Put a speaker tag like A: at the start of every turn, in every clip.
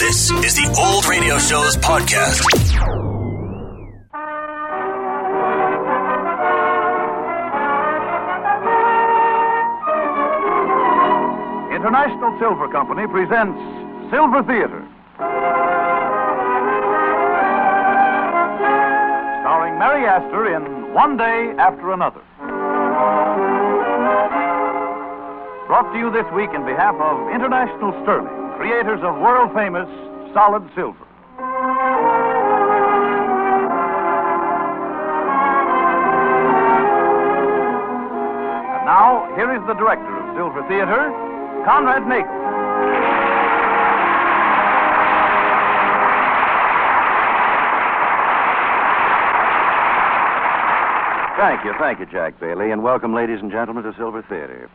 A: This is the Old Radio Show's podcast.
B: International Silver Company presents Silver Theater. Starring Mary Astor in One Day After Another. Brought to you this week in behalf of International Sterling, creators of world famous solid silver. And now, here is the director of Silver Theater, Conrad Nagel.
C: Thank you, thank you, Jack Bailey, and welcome, ladies and gentlemen, to Silver Theater.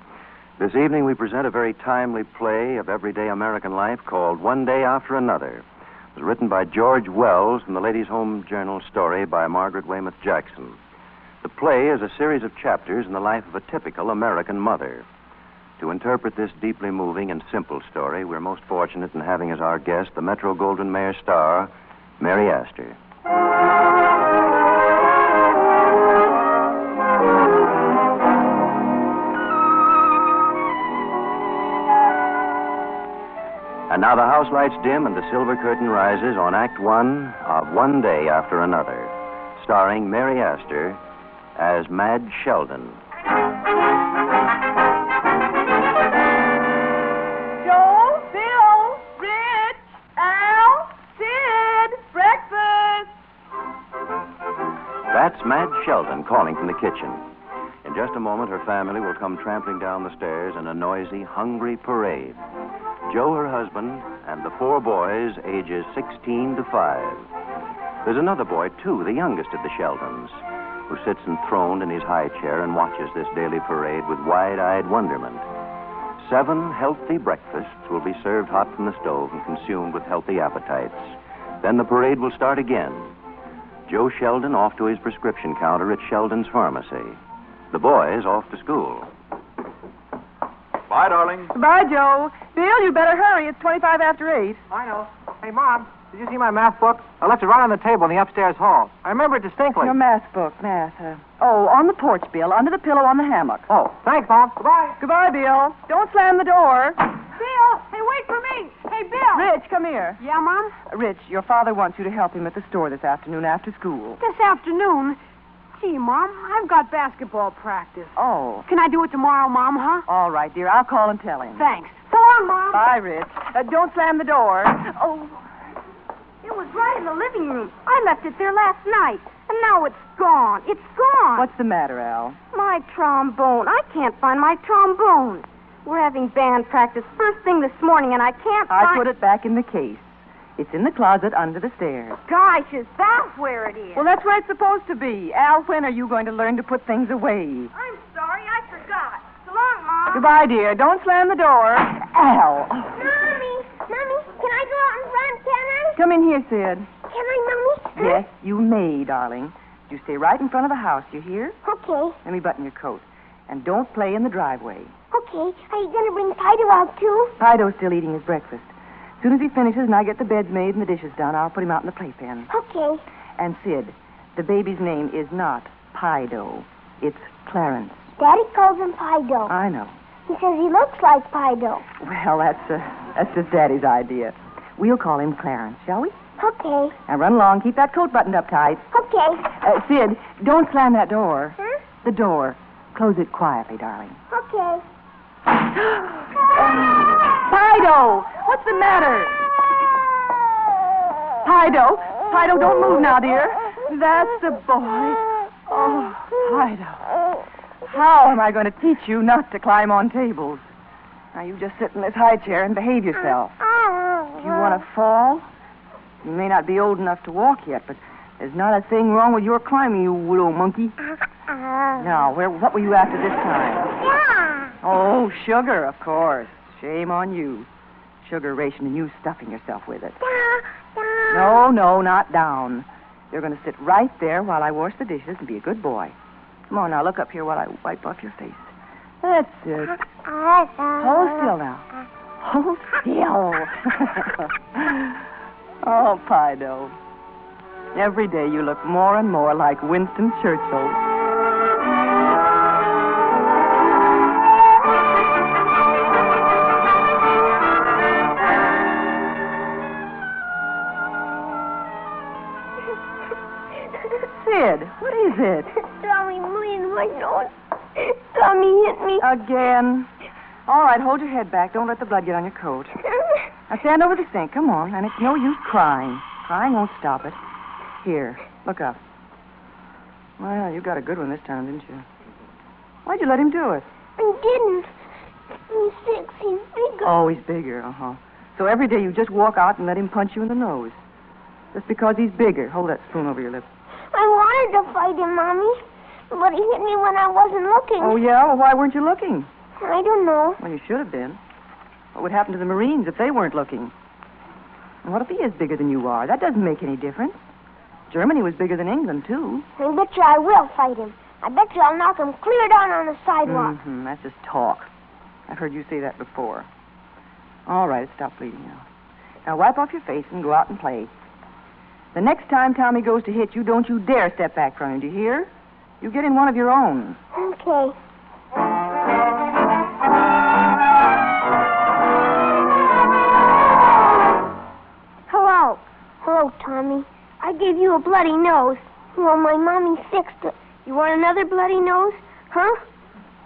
C: This evening, we present a very timely play of everyday American life called One Day After Another. It was written by George Wells from the Ladies' Home Journal story by Margaret Weymouth Jackson. The play is a series of chapters in the life of a typical American mother. To interpret this deeply moving and simple story, we're most fortunate in having as our guest the Metro Goldwyn Mayer star, Mary Astor. And now the house lights dim and the silver curtain rises on Act One of One Day After Another, starring Mary Astor as Madge Sheldon.
D: Joel, Bill, Rich, Al, Sid, breakfast.
C: That's Madge Sheldon calling from the kitchen. In just a moment, her family will come trampling down the stairs in a noisy, hungry parade. Joe, her husband, and the four boys, ages 16 to 5. There's another boy, too, the youngest of the Sheldons, who sits enthroned in his high chair and watches this daily parade with wide eyed wonderment. Seven healthy breakfasts will be served hot from the stove and consumed with healthy appetites. Then the parade will start again. Joe Sheldon off to his prescription counter at Sheldon's pharmacy. The boys off to school.
B: Bye, darling.
D: Bye, Joe. Bill, you better hurry. It's 25 after 8.
E: I know. Hey, Mom, did you see my math book? I left it right on the table in the upstairs hall. I remember it distinctly.
D: Your math book, math. Uh, oh, on the porch, Bill. Under the pillow on the hammock.
E: Oh, thanks, Mom. Goodbye.
D: Goodbye, Bill. Don't slam the door.
F: Bill, hey, wait for me. Hey, Bill.
D: Rich, come here.
F: Yeah, Mom?
D: Rich, your father wants you to help him at the store this afternoon after school.
F: This afternoon. Gee, Mom, I've got basketball practice.
D: Oh.
F: Can I do it tomorrow, Mom, huh?
D: All right, dear. I'll call and tell him.
F: Thanks. So long, Mom.
D: Bye, Rich. Uh, don't slam the door.
F: Oh. It was right in the living room. I left it there last night. And now it's gone. It's gone.
D: What's the matter, Al?
F: My trombone. I can't find my trombone. We're having band practice first thing this morning, and I can't
D: I
F: find...
D: put it back in the case. It's in the closet under the stairs.
F: Gosh, is that where it is?
D: Well, that's where it's supposed to be. Al, when are you going to learn to put things away?
F: I'm sorry. I forgot. So long, Mom.
D: Goodbye, dear. Don't slam the door. Al.
F: Mommy, Mommy, can I go out and run? Can I?
D: Come in here, Sid.
F: Can I, Mommy?
D: Yes, you may, darling. You stay right in front of the house, you hear?
G: Okay,
F: Oh.
D: Let me button your coat. And don't play in the driveway.
G: okay. Are you going to bring Fido out, too?
D: Fido's still eating his breakfast. As soon as he finishes and I get the beds made and the dishes done, I'll put him out in the playpen.
G: Okay.
D: And Sid, the baby's name is not Pido. It's Clarence.
G: Daddy calls him Fido.
D: I know.
G: He says he looks like Fido.
D: Well, that's uh, that's just Daddy's idea. We'll call him Clarence, shall we?
G: Okay,
D: Now run along. Keep that coat buttoned up tight.
G: okay.
D: Uh, Sid, don't slam that door.
G: Huh?
D: The door. Close it quietly, darling.
G: Okay.
D: Fido, what's the matter? Fido, Fido, don't move now, dear. That's the boy. Oh, Fido. How am I going to teach you not to climb on tables? Now you just sit in this high chair and behave yourself.
F: Oh.
D: If you want to fall, you may not be old enough to walk yet, but there's not a thing wrong with your climbing, you little monkey. Now, where, what were you after this time?
G: Yeah.
D: Oh, sugar, of course. Shame on you. Sugar ration and you stuffing yourself with it. No, no, not down. You're going to sit right there while I wash the dishes and be a good boy. Come on now, look up here while I wipe off your face. That's
F: Oh,
D: it. Hold still now. Hold still. Oh, Fido. Every day you look more and more like Winston Churchill. Sid, what is it?
G: Tommy, please, my nose. Tommy hit me.
D: Again. All right, hold your head back. Don't let the blood get on your coat. Now stand over the sink. Come on. And it's no use crying. Crying won't stop it. Here, look up. Well, you got a good one this time, didn't you? Why'd you let him do it?
G: I didn't. He's six. He's bigger.
D: Oh, he's bigger, uh huh. So every day you just walk out and let him punch you in the nose. Just because he's bigger. Hold that spoon over your lip.
G: I wanted to fight him, Mommy. But he hit me when I wasn't looking.
D: Oh, yeah? Well, why weren't you looking?
G: I don't know.
D: Well, you should have been. What would happen to the Marines if they weren't looking? And what if he is bigger than you are? That doesn't make any difference. Germany was bigger than England, too.
G: I bet you I will fight him. I bet you I'll knock him clear down on the sidewalk.
D: Mhm, That's just talk. I've heard you say that before. All right, stop bleeding now. Now wipe off your face and go out and play. The next time Tommy goes to hit you, don't you dare step back from him, do you hear? You get in one of your own.
G: Okay. Hello. Hello, Tommy. I gave you a bloody nose. Well, my mommy fixed it.
F: You want another bloody nose?
G: Huh?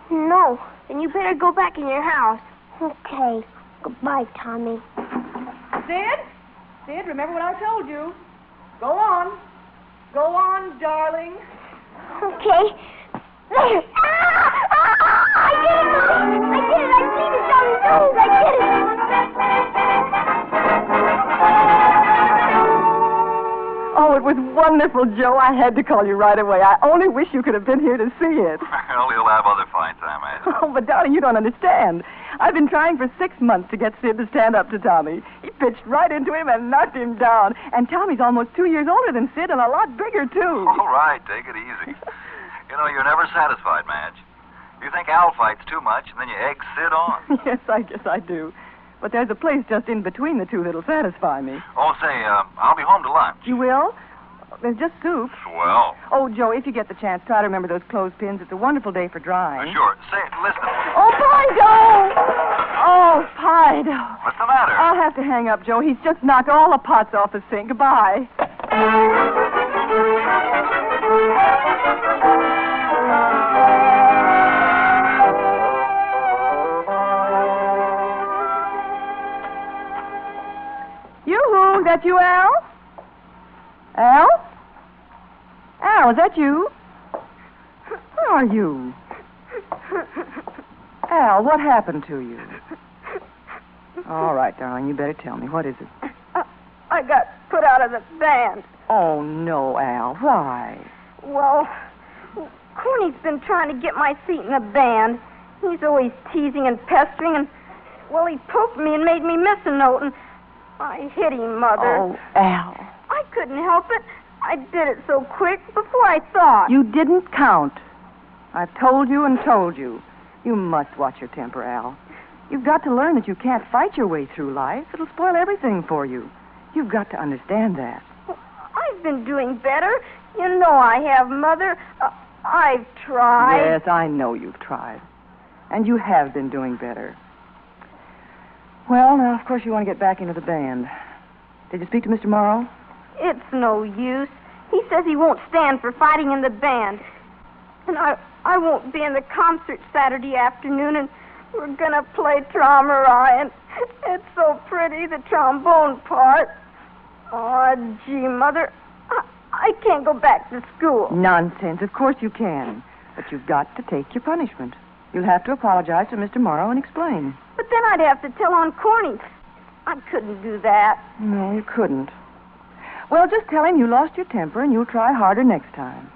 G: No.
F: Then you better go back in your house.
G: Okay. Goodbye, Tommy.
D: Sid? Sid, remember what I told you. Go on. Go on, darling.
G: Okay. There. Ah! Ah! I did it, Mommy! I did it! I bleed it down his nose! I did it!
D: Oh, it was wonderful, Joe. I had to call you right away. I only wish you could have been here to see it.
B: Well, he'll have other fights, I imagine.
D: Oh, but darling, you don't understand. I've been trying for six months to get Sid to stand up to Tommy. He pitched right into him and knocked him down. And Tommy's almost two years older than Sid and a lot bigger, too.
B: All right, take it easy. You know, you're never satisfied, Madge. You think Al fights too much, and then you egg Sid on.
D: yes, I guess I do. But there's a place just in between the two that'll satisfy me.
B: Oh, say, uh, I'll be home to lunch.
D: You will? There's just soup.
B: Well,
D: Oh, Joe, if you get the chance, try to remember those clothespins. It's a wonderful day for drying.
B: sure. Say, listen,
D: Oh, Fido! Oh, Fido.
B: what's the matter?
D: I'll have to hang up, Joe. He's just knocked all the pots off the sink. Goodbye. Yoo-hoo, that you, Al? Al? Al, is that you? Where are you? Al, what happened to you? All right, darling, you better tell me. What is it?
F: I got put out of the band.
D: Oh, no, Al. Why?
F: Well, Cooney's been trying to get my seat in the band. He's always teasing and pestering, and, well, he poked me and made me miss a note, and I hit him, Mother.
D: Oh, Al.
F: I couldn't help it. I did it so quick before I thought.
D: You didn't count. I've told you and told you. You must watch your temper, Al. You've got to learn that you can't fight your way through life. It'll spoil everything for you. You've got to understand that.
F: I've been doing better. You know I have, Mother. Uh, I've tried.
D: Yes, I know you've tried. And you have been doing better. Well, now, of course, you want to get back into the band. Did you speak to Mr. Morrow?
F: It's no use. He says he won't stand for fighting in the band. And I I won't be in the concert Saturday afternoon and we're gonna play Traumerai and it's so pretty, the trombone part. Oh, gee, Mother, I, I can't go back to school.
D: Nonsense. Of course you can. But you've got to take your punishment. You'll have to apologize to Mr. Morrow and explain.
F: But then I'd have to tell on Corny. I couldn't do that.
D: No, you couldn't. Well, just tell him you lost your temper and you'll try harder next time.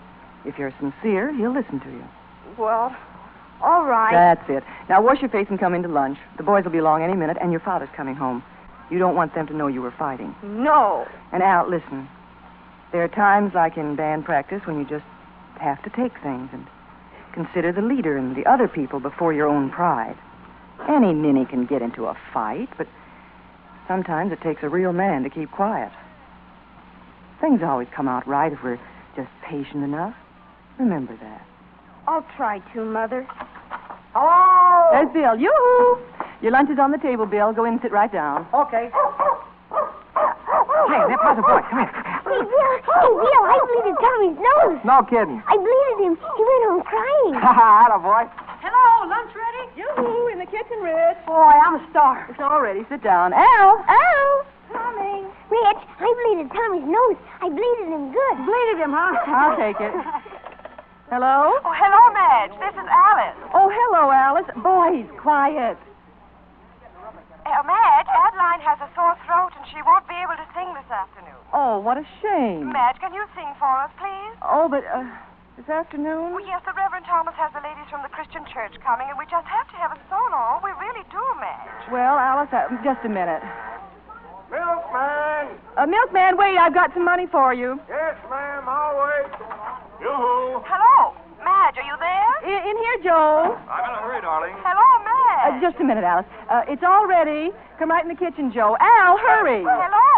D: If you're sincere, he'll listen to you.
F: Well, all right.
D: That's it. Now wash your face and come in to lunch. The boys will be along any minute, and your father's coming home. You don't want them to know you were fighting.
F: No.
D: And Al, listen. There are times, like in band practice, when you just have to take things and consider the leader and the other people before your own pride. Any ninny can get into a fight, but sometimes it takes a real man to keep quiet. Things always come out right if we're just patient enough. Remember that.
F: I'll try to, Mother. Oh!
D: There's Bill. Yoo-hoo! Your lunch is on the table, Bill. Go in and sit right down.
E: Okay. Hey, that puzzle boy, come here.
G: Hey, Bill, hey, Bill, I bleeded Tommy's nose.
E: No kidding.
G: I bleeded him. He went home crying.
E: Ha ha, boy.
H: Hello, lunch ready? Yoo-hoo, in the kitchen, Rich. Boy, I'm a star.
D: It's all ready. Sit down. Al!
G: Oh,
H: Coming.
G: Rich, I bleeded Tommy's nose. I bleeded him good.
H: Bleeded him, huh?
D: I'll take it. Hello?
H: Oh, hello, Madge. This is Alice.
D: Oh, hello, Alice. Boy, he's quiet.
H: Uh, Madge, Adeline has a sore throat and she won't be able to sing this afternoon.
D: Oh, what a shame.
H: Madge, can you sing for us, please?
D: Oh, but uh, this
H: Oh,
D: afternoon?
H: yes, the Reverend Thomas has the ladies from the Christian church coming, and we just have to have a solo. We really do, Madge.
D: Well, Alice, uh, just a minute.
E: Milkman!
D: Uh, milkman, wait, I've got some money for you.
E: Yes, ma'am, I'll wait.
B: Yoo-hoo.
H: Hello, Madge, are you there?
D: In, in here, Joe.
B: I'm in a hurry, darling.
H: Hello,
D: Uh,
H: Madge.
D: just a minute, Alice. Uh, it's all ready. Come right in the kitchen, Joe. Al, hurry.
H: Oh, Hello.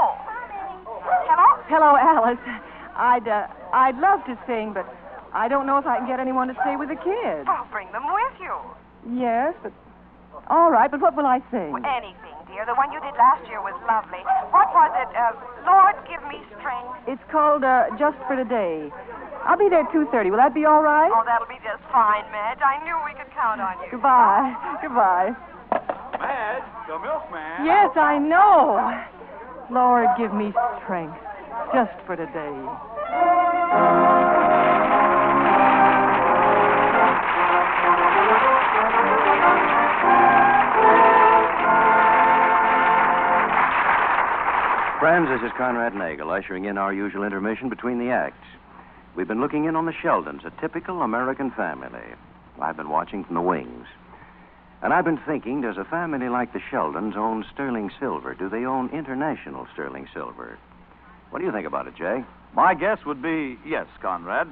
H: Hello?
D: Hello, Alice. I'd, uh, I'd love to sing, but I don't know if I can get anyone to stay with the kids.
H: I'll Oh, bring them with you.
D: Yes, but... All right, but what will I sing?
H: Well, eh. anything, dear. The one you did last year was lovely. What was it? Uh, Lord, give me strength.
D: It's called uh, Just for Today. I'll be there at 2.30. Will that be all right?
H: Oh, that'll be just fine, Madge. I knew we could count on you.
D: Goodbye. Goodbye.
B: Madge, the milkman.
D: Yes, I know. Lord, give me strength just for today.
C: Friends, this is Conrad Nagel ushering in our usual intermission between the acts. We've been looking in on the Sheldons, a typical American family. I've been watching from the wings. And I've been thinking, does a family like the Sheldons own sterling silver? Do they own international sterling silver? What do you think about it, Jay?
B: My guess would be yes, Conrad.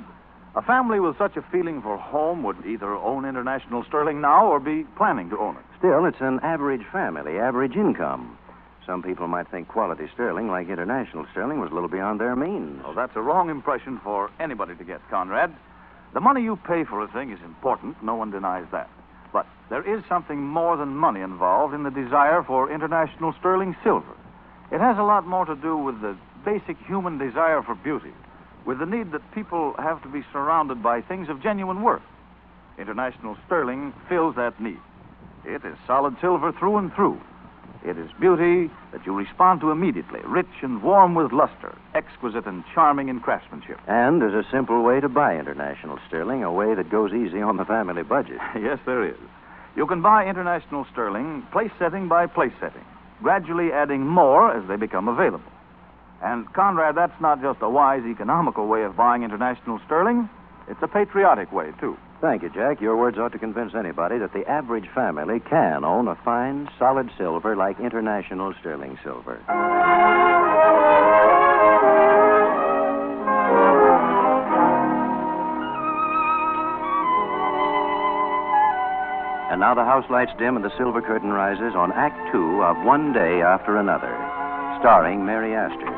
B: A family with such a feeling for home would either own international sterling now or be planning to own it.
C: Still, it's an average family, average income. Some people might think quality sterling, like international sterling, was a little beyond their means.
B: Well, that's a wrong impression for anybody to get, Conrad. The money you pay for a thing is important, no one denies that. But there is something more than money involved in the desire for international sterling silver. It has a lot more to do with the basic human desire for beauty, with the need that people have to be surrounded by things of genuine worth. International sterling fills that need. It is solid silver through and through. It is beauty that you respond to immediately, rich and warm with luster, exquisite and charming in craftsmanship.
C: And there's a simple way to buy international sterling, a way that goes easy on the family budget.
B: yes, there is. You can buy international sterling place setting by place setting, gradually adding more as they become available. And, Conrad, that's not just a wise, economical way of buying international sterling, it's a patriotic way, too.
C: Thank you, Jack. Your words ought to convince anybody that the average family can own a fine, solid silver like international sterling silver. And now the house lights dim and the silver curtain rises on Act Two of One Day After Another, starring Mary Astor.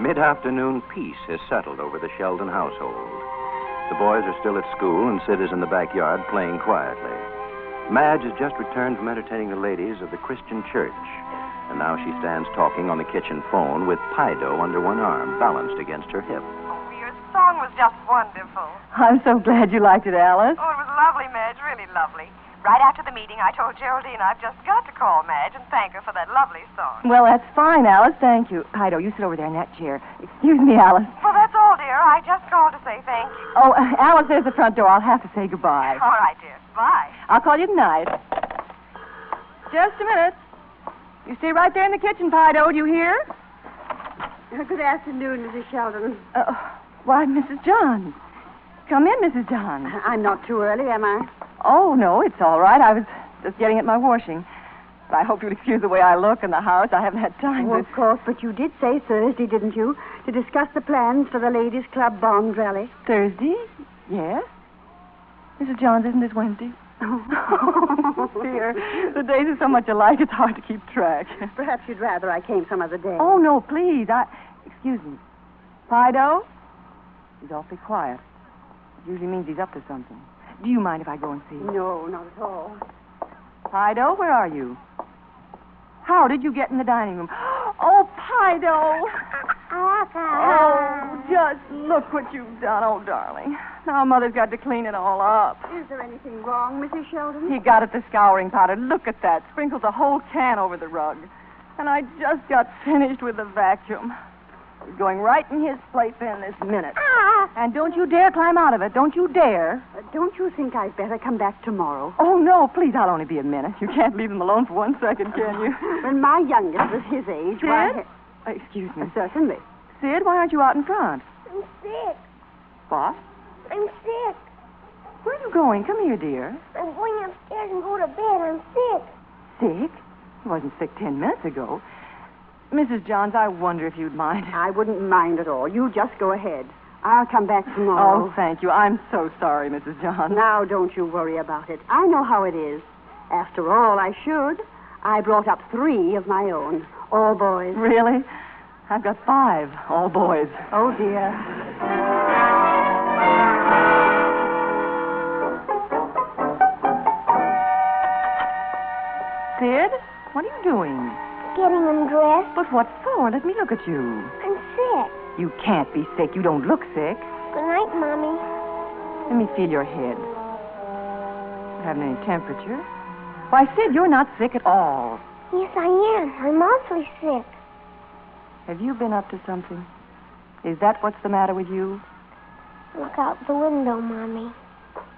C: Mid afternoon peace has settled over the Sheldon household. The boys are still at school, and Sid is in the backyard playing quietly. Madge has just returned from entertaining the ladies of the Christian church, and now she stands talking on the kitchen phone with Pido under one arm, balanced against her hip.
H: Oh, your song was just wonderful.
D: I'm so glad you liked it, Alice.
H: Oh, it was lovely, Madge, really lovely. Right after the meeting, I told Geraldine I've just got to call Madge and thank her for that lovely song.
D: Well, that's fine, Alice. Thank you. Pido, you sit over there in that chair. Excuse me, Alice.
H: Well, that's all, dear. I just called to say thank you.
D: Oh, Alice, there's the front door. I'll have to say goodbye.
H: All right, dear. Bye.
D: I'll call you tonight. Just a minute. You stay right there in the kitchen, Pido. Do you hear?
F: Uh, Good afternoon, Mrs. Sheldon.
D: Uh, why, Mrs. John. Come in, Mrs. John.
F: I'm not too early, am I?
D: Oh, no, it's all right. I was just getting at my washing. But I hope you'll excuse the way I look in the house. I haven't had time
F: Oh,
D: to.
F: of course, but you did say Thursday, didn't you, to discuss the plans for the Ladies Club Bond Rally?
D: Thursday? Yes? Mrs. Johns, isn't this Wednesday? Oh, dear. The days are so much alike, it's hard to keep track.
I: Perhaps you'd rather I came some other day.
D: Oh, no, please. I. Excuse me. Fido? He's awfully quiet. Usually means he's up to something. Do you mind if I go and see him?
I: No, not at all.
D: Fido, where are you? How did you get in the dining room? Oh, Fido! Oh, just look what you've done, oh, darling. Now Mother's got to clean it all up.
I: Is there anything wrong, Mrs. Sheldon?
D: He got at the scouring powder. Look at that. Sprinkled the whole can over the rug. And I just got finished with the vacuum. It's going right in his playpen this minute.
I: Ah!
D: And don't you dare climb out of it. Don't you dare.
I: Uh, don't you think I'd better come back tomorrow?
D: Oh, no, please, I'll only be a minute. You can't leave him alone for one second, can you?
I: When my youngest was his age, why...
D: Sid? Uh, Excuse me.
I: Uh, Certainly.
D: Sid, why aren't you out in front?
G: I'm sick.
D: What?
G: I'm sick.
D: Where are you going? Come here, dear.
G: I'm going upstairs and go to bed. I'm sick.
D: Sick? He wasn't sick ten minutes ago. Mrs. Johns, I wonder if you'd mind.
I: I wouldn't mind at all. You just go ahead. I'll come back tomorrow.
D: Oh, thank you. I'm so sorry, Mrs. Johns.
I: Now, don't you worry about it. I know how it is. After all, I should. I brought up three of my own, all boys.
D: Really? I've got five, all boys.
I: Oh, dear.
D: Sid, what are you doing?
G: Getting him dressed.
D: But what for? Let me look at you.
G: I'm sick.
D: You can't be sick. You don't look sick.
G: Good night, Mommy.
D: Let me feel your head. You haven't any temperature. Why, Sid, you're not sick at all.
G: Yes, I am. I'm awfully sick.
D: Have you been up to something? Is that what's the matter with you?
G: Look out the window, Mommy.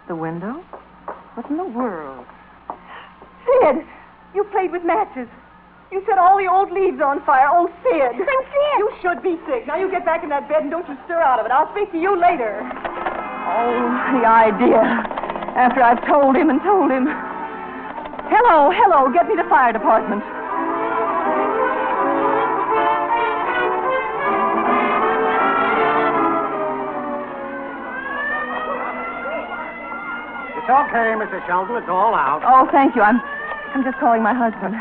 D: The window? What in the world?
J: Sid, you played with matches. You set all the old leaves on fire. Oh, Sid.
G: I'm sick.
J: You should be sick. Now you get back in that bed and don't you stir out of it. I'll speak to you later.
D: Oh, the idea. After I've told him and told him. Hello, hello, get me the fire department.
E: It's okay, Mrs. Sheldon. It's all out.
D: Oh, thank you. I'm I'm just calling my husband.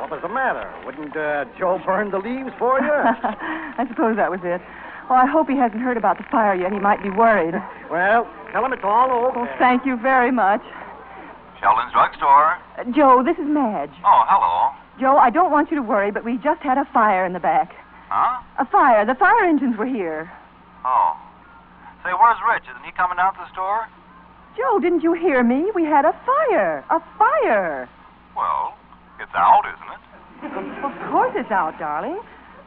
E: What was the matter? Wouldn't uh, Joe burn the leaves for you?
D: I suppose that was it. Oh, I hope he hasn't heard about the fire yet. He might be worried.
E: well, tell him it's all
D: Oh,
E: over.
D: thank you very much.
A: Sheldon's drugstore.
D: Uh, Joe, this is Madge.
A: Oh, hello.
D: Joe, I don't want you to worry, but we just had a fire in the back.
A: Huh?
D: A fire. The fire engines were here.
A: Oh. Say, where's Rich? Isn't he coming out to the store?
D: Joe, didn't you hear me? We had a fire. A fire.
A: Well, it's out, isn't it?
D: Of course it's out, darling.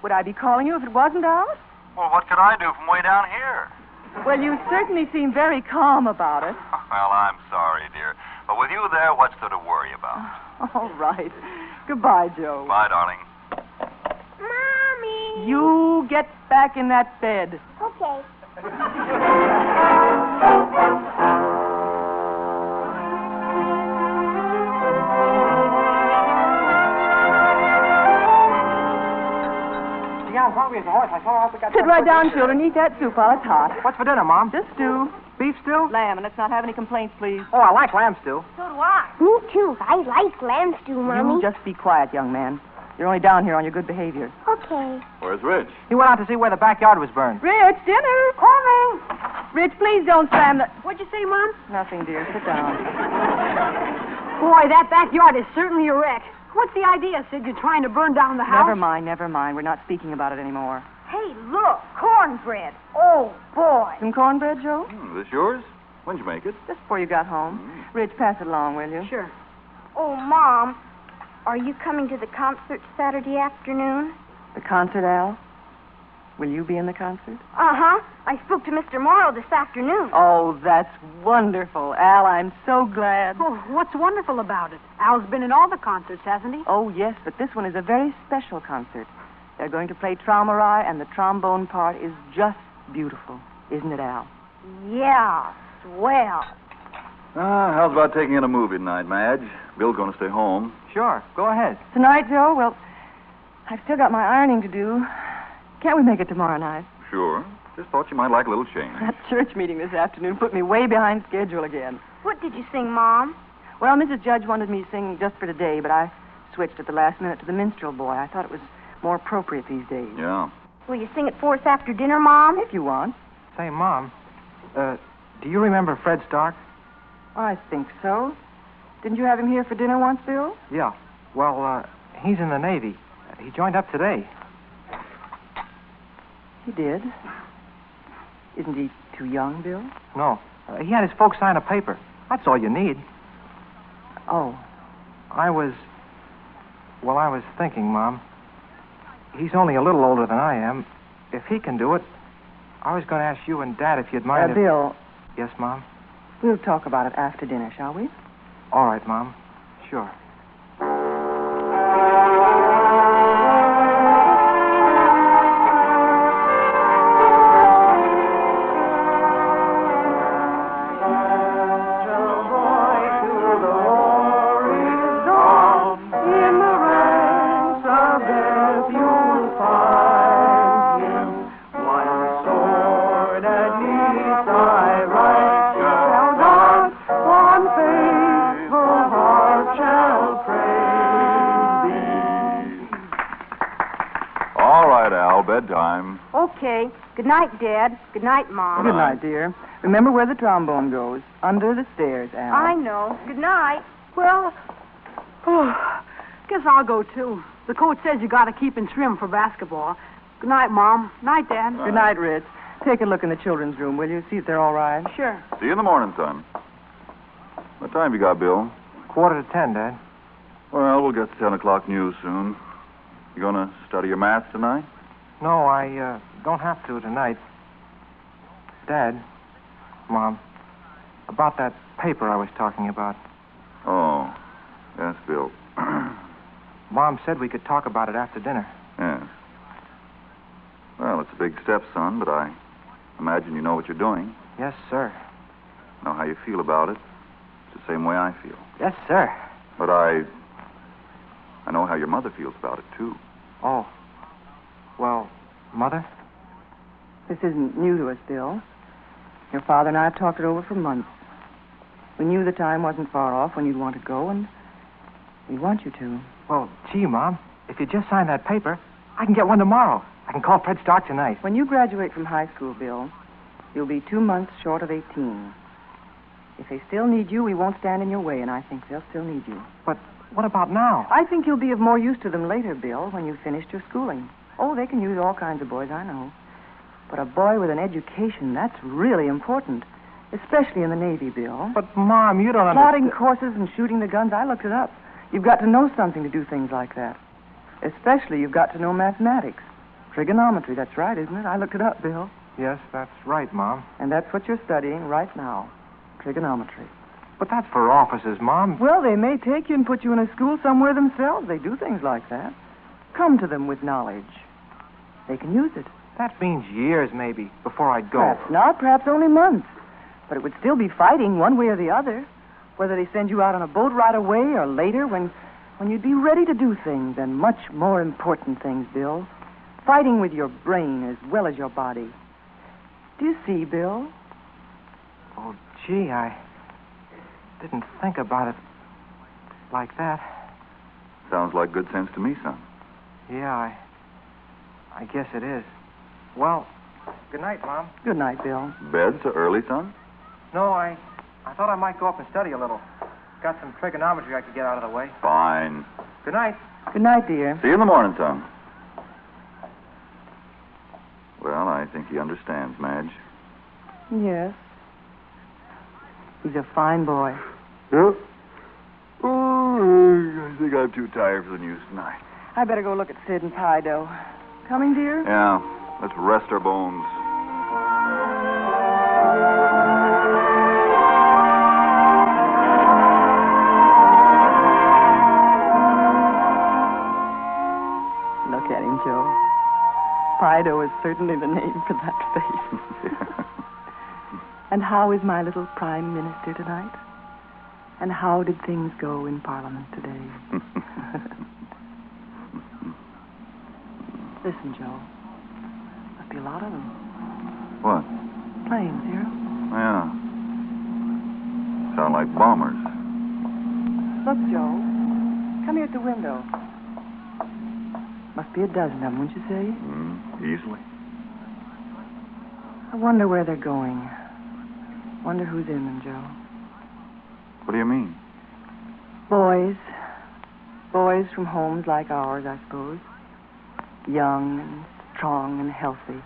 D: Would I be calling you if it wasn't out?
A: Well, what could I do from way down here?
D: Well, you certainly seem very calm about it.
A: Well, I'm sorry, dear. But with you there, what's there to worry about?
D: All right. Goodbye, Joe.
A: Bye, darling.
G: Mommy.
D: You get back in that bed.
G: Okay.
E: Gee, I'm hungry as a horse. I saw how we got
D: Sit right down, children. Eat that soup while it's hot.
E: What's for dinner, Mom?
D: Just stew.
E: Beef stew?
D: Lamb, and let's not have any complaints, please.
E: Oh, I like lamb stew.
G: Me too. I like lamb stew, Mommy.
D: You just be quiet, young man. You're only down here on your good behavior.
G: Okay.
C: Where's Rich?
E: He went out to see where the backyard was burned.
D: Rich, dinner. Coming. Rich, please don't slam the.
I: What'd you say, Mom?
D: Nothing, dear. Sit down.
I: Boy, that backyard is certainly a wreck. What's the idea, Sid? You're trying to burn down the house?
D: Never mind, never mind. We're not speaking about it anymore.
J: Hey, look, cornbread. Oh, boy.
D: Some cornbread, Joe?
C: Hmm, this yours? When'd you make it?
D: Just before you got home. Rich, pass it along, will you?
I: Sure.
F: Oh, Mom, are you coming to the concert Saturday afternoon?
D: The concert, Al? Will you be in the concert?
F: Uh huh. I spoke to Mr. Morrow this afternoon.
D: Oh, that's wonderful. Al, I'm so glad.
I: Oh, what's wonderful about it? Al's been in all the concerts, hasn't he?
D: Oh, yes, but this one is a very special concert. They're going to play Traumarai, and the trombone part is just beautiful, isn't it, Al?
F: Yeah, swell.
C: Ah, how's about taking in a movie tonight, Madge? Bill's going to stay home.
E: Sure, go ahead.
D: Tonight, Joe? Well, I've still got my ironing to do. Can't we make it tomorrow night?
C: Sure. Just thought you might like a little change.
D: That church meeting this afternoon put me way behind schedule again.
F: What did you sing, Mom?
D: Well, Mrs. Judge wanted me to sing just for today, but I switched at the last minute to the minstrel boy. I thought it was more appropriate these days.
K: Yeah.
F: Will you sing it for us after dinner, Mom?
D: If you want.
I: Say, Mom, uh, do you remember Fred Stark?
D: I think so. Didn't you have him here for dinner once, Bill?
I: Yeah. Well, uh, he's in the Navy. He joined up today.
D: He did. Isn't he too young, Bill?
I: No. Uh, he had his folks sign a paper. That's all you need.
D: Oh.
I: I was. Well, I was thinking, Mom. He's only a little older than I am. If he can do it, I was going to ask you and Dad if you'd mind.
D: Uh,
I: if-
D: Bill,
I: Yes, Mom?
D: we'll talk about it after dinner, shall we?
I: All right, Mom. Sure.
B: All right, Al, bedtime.
F: Okay. Good night, Dad. Good night, Mom.
D: Good night, dear. Remember where the trombone goes. Under the stairs, Al.
F: I know. Good night.
L: Well, oh, guess I'll go too. The coach says you got to keep in trim for basketball. Good night, Mom. Night, Dad.
D: Good night, Ritz. Take a look in the children's room, will you? See if they're all right.
L: Sure.
B: See you in the morning, son. What time you got, Bill?
I: Quarter to ten, Dad.
B: Well, we'll get the 10 o'clock news soon. You gonna study your math tonight?
I: No, I uh, don't have to tonight. Dad, Mom, about that paper I was talking about.
B: Oh, yes, Bill.
I: Mom said we could talk about it after dinner.
B: yes. Well, it's a big step, son, but I imagine you know what you're doing.
I: Yes, sir.
B: Know how you feel about it. It's the same way I feel.
I: Yes, sir.
B: But I. I know how your mother feels about it, too.
I: Oh. Well, Mother?
D: This isn't new to us, Bill. Your father and I have talked it over for months. We knew the time wasn't far off when you'd want to go, and we want you to.
I: Well, gee, Mom, if you just sign that paper, I can get one tomorrow. I can call Fred Stark tonight.
D: When you graduate from high school, Bill, you'll be two months short of 18. If they still need you, we won't stand in your way, and I think they'll still need you.
I: What about now?
D: I think you'll be of more use to them later, Bill, when you've finished your schooling. Oh, they can use all kinds of boys, I know. But a boy with an education, that's really important, especially in the Navy, Bill.
I: But, Mom, you don't
D: Plotting
I: understand.
D: courses and shooting the guns, I looked it up. You've got to know something to do things like that. Especially, you've got to know mathematics. Trigonometry, that's right, isn't it? I looked it up, Bill.
I: Yes, that's right, Mom.
D: And that's what you're studying right now trigonometry.
I: But that's for officers, Mom.
D: Well, they may take you and put you in a school somewhere themselves. They do things like that. Come to them with knowledge. They can use it.
I: That means years, maybe, before I'd go.
D: Perhaps not, perhaps only months. But it would still be fighting one way or the other. Whether they send you out on a boat right away or later, when, when you'd be ready to do things, and much more important things, Bill. Fighting with your brain as well as your body. Do you see, Bill?
I: Oh, gee, I didn't think about it like that.
B: Sounds like good sense to me, son.
I: Yeah, I. I guess it is. Well, good night, Mom.
D: Good night, Bill.
B: Bed so early, son?
I: No, I. I thought I might go up and study a little. Got some trigonometry I could get out of the way.
B: Fine.
I: Good night.
D: Good night, dear.
B: See you in the morning, son. Well, I think he understands, Madge.
D: Yes. He's a fine boy.
B: Yep. Oh, I think I'm too tired for the news tonight.
D: I better go look at Sid and Pido. Coming, dear?
B: Yeah, let's rest our bones.
D: Look at him, Joe. Pido is certainly the name for that face. and how is my little prime minister tonight? And how did things go in Parliament today? Listen, Joe. Must be a lot of them.
B: what?
D: Planes here.
B: Yeah. Sound like bombers.
M: Look, Joe. Come here at the window.
D: Must be a dozen of them, wouldn't you say?
A: Mm, easily.
D: I wonder where they're going. Wonder who's in them, Joe.
A: What do you mean?
D: Boys. Boys from homes like ours, I suppose. Young and strong and healthy.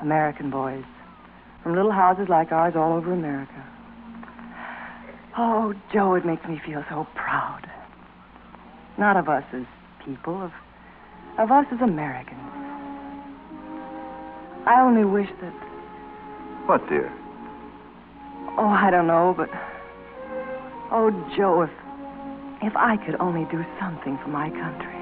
D: American boys. From little houses like ours all over America. Oh, Joe, it makes me feel so proud. Not of us as people, of, of us as Americans. I only wish that
A: What, dear?
D: Oh, I don't know, but oh, Joe, if if I could only do something for my country.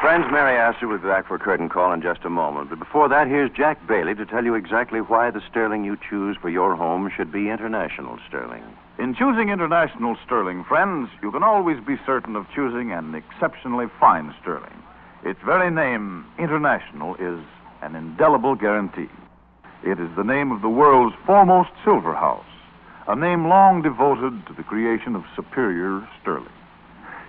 C: Friends, Mary Astor will be back for a curtain call in just a moment. But before that, here's Jack Bailey to tell you exactly why the sterling you choose for your home should be international sterling.
B: In choosing international sterling, friends, you can always be certain of choosing an exceptionally fine sterling. Its very name, international, is an indelible guarantee. It is the name of the world's foremost silver house, a name long devoted to the creation of superior sterling.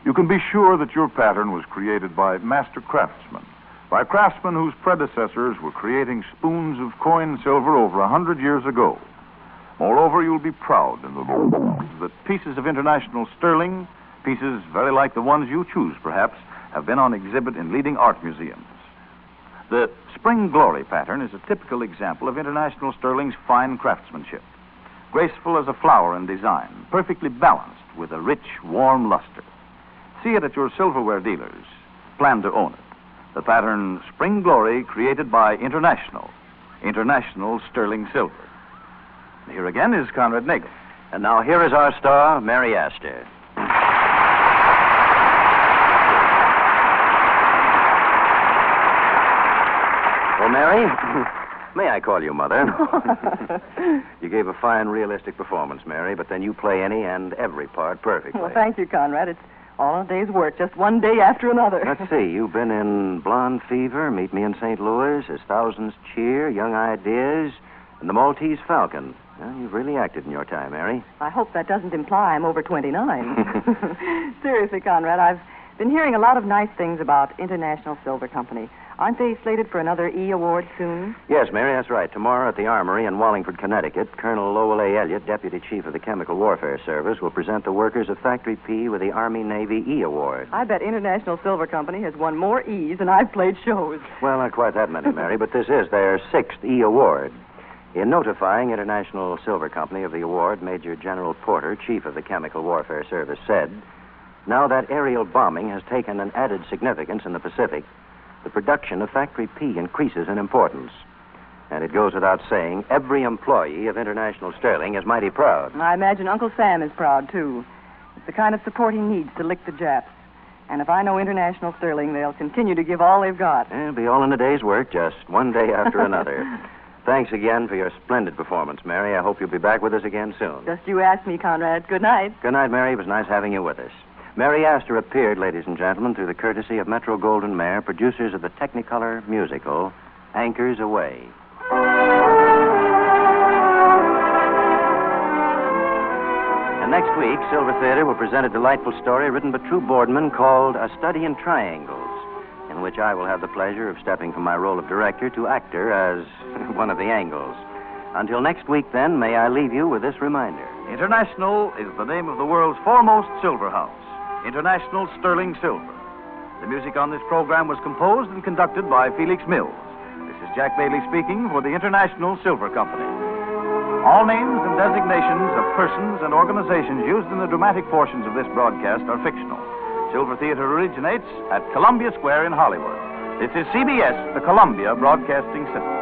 B: You can be sure that your pattern was created by master craftsmen, by craftsmen whose predecessors were creating spoons of coin silver over a hundred years ago. Moreover, you'll be proud in the knowledge that pieces of international sterling, pieces very like the ones you choose, perhaps, have been on exhibit in leading art museums. The Spring Glory pattern is a typical example of international sterling's fine craftsmanship. Graceful as a flower in design, perfectly balanced with a rich, warm luster. See it at your silverware dealers. Plan to own it. The pattern Spring Glory created by International. International Sterling Silver. Here again is Conrad Nagel.
C: And now here is our star, Mary Astor. Well, Oh, Mary, may I call you mother? you gave a fine, realistic performance, Mary, but then you play any and every part perfectly.
D: Well, thank you, Conrad. It's all a day's work, just one day after another.
C: Let's see, you've been in Blonde Fever, Meet Me in St. Louis, As Thousands Cheer, Young Ideas, and The Maltese Falcon. Well, you've really acted in your time, Mary.
D: I hope that doesn't imply I'm over 29. Seriously, Conrad, I've been hearing a lot of nice things about International Silver Company. Aren't they slated for another E award soon?
C: Yes, Mary, that's right. Tomorrow at the Armory in Wallingford, Connecticut, Colonel Lowell A. Elliott, Deputy Chief of the Chemical Warfare Service, will present the workers of Factory P with the Army Navy E Award.
D: I bet International Silver Company has won more E's than I've played shows.
C: Well, not quite that many, Mary, but this is their sixth E Award. In notifying International Silver Company of the award, Major General Porter, Chief of the Chemical Warfare Service, said, Now that aerial bombing has taken an added significance in the Pacific, the production of Factory P increases in importance. And it goes without saying, every employee of International Sterling is mighty proud.
D: I imagine Uncle Sam is proud, too. It's the kind of support he needs to lick the Japs. And if I know International Sterling, they'll continue to give all they've got.
C: It'll be all in a day's work, just one day after another. Thanks again for your splendid performance, Mary. I hope you'll be back with us again soon.
D: Just you ask me, Conrad. Good night.
C: Good night, Mary. It was nice having you with us. Mary Astor appeared, ladies and gentlemen, through the courtesy of Metro Golden Mayer, producers of the Technicolor musical, Anchors Away. And next week, Silver Theater will present a delightful story written by True Boardman called A Study in Triangles, in which I will have the pleasure of stepping from my role of director to actor as one of the angles. Until next week, then, may I leave you with this reminder.
B: International is the name of the world's foremost silver house, International Sterling Silver. The music on this program was composed and conducted by Felix Mills. This is Jack Bailey speaking for the International Silver Company. All names and designations of persons and organizations used in the dramatic portions of this broadcast are fictional. Silver Theater originates at Columbia Square in Hollywood. This is CBS, the Columbia Broadcasting System.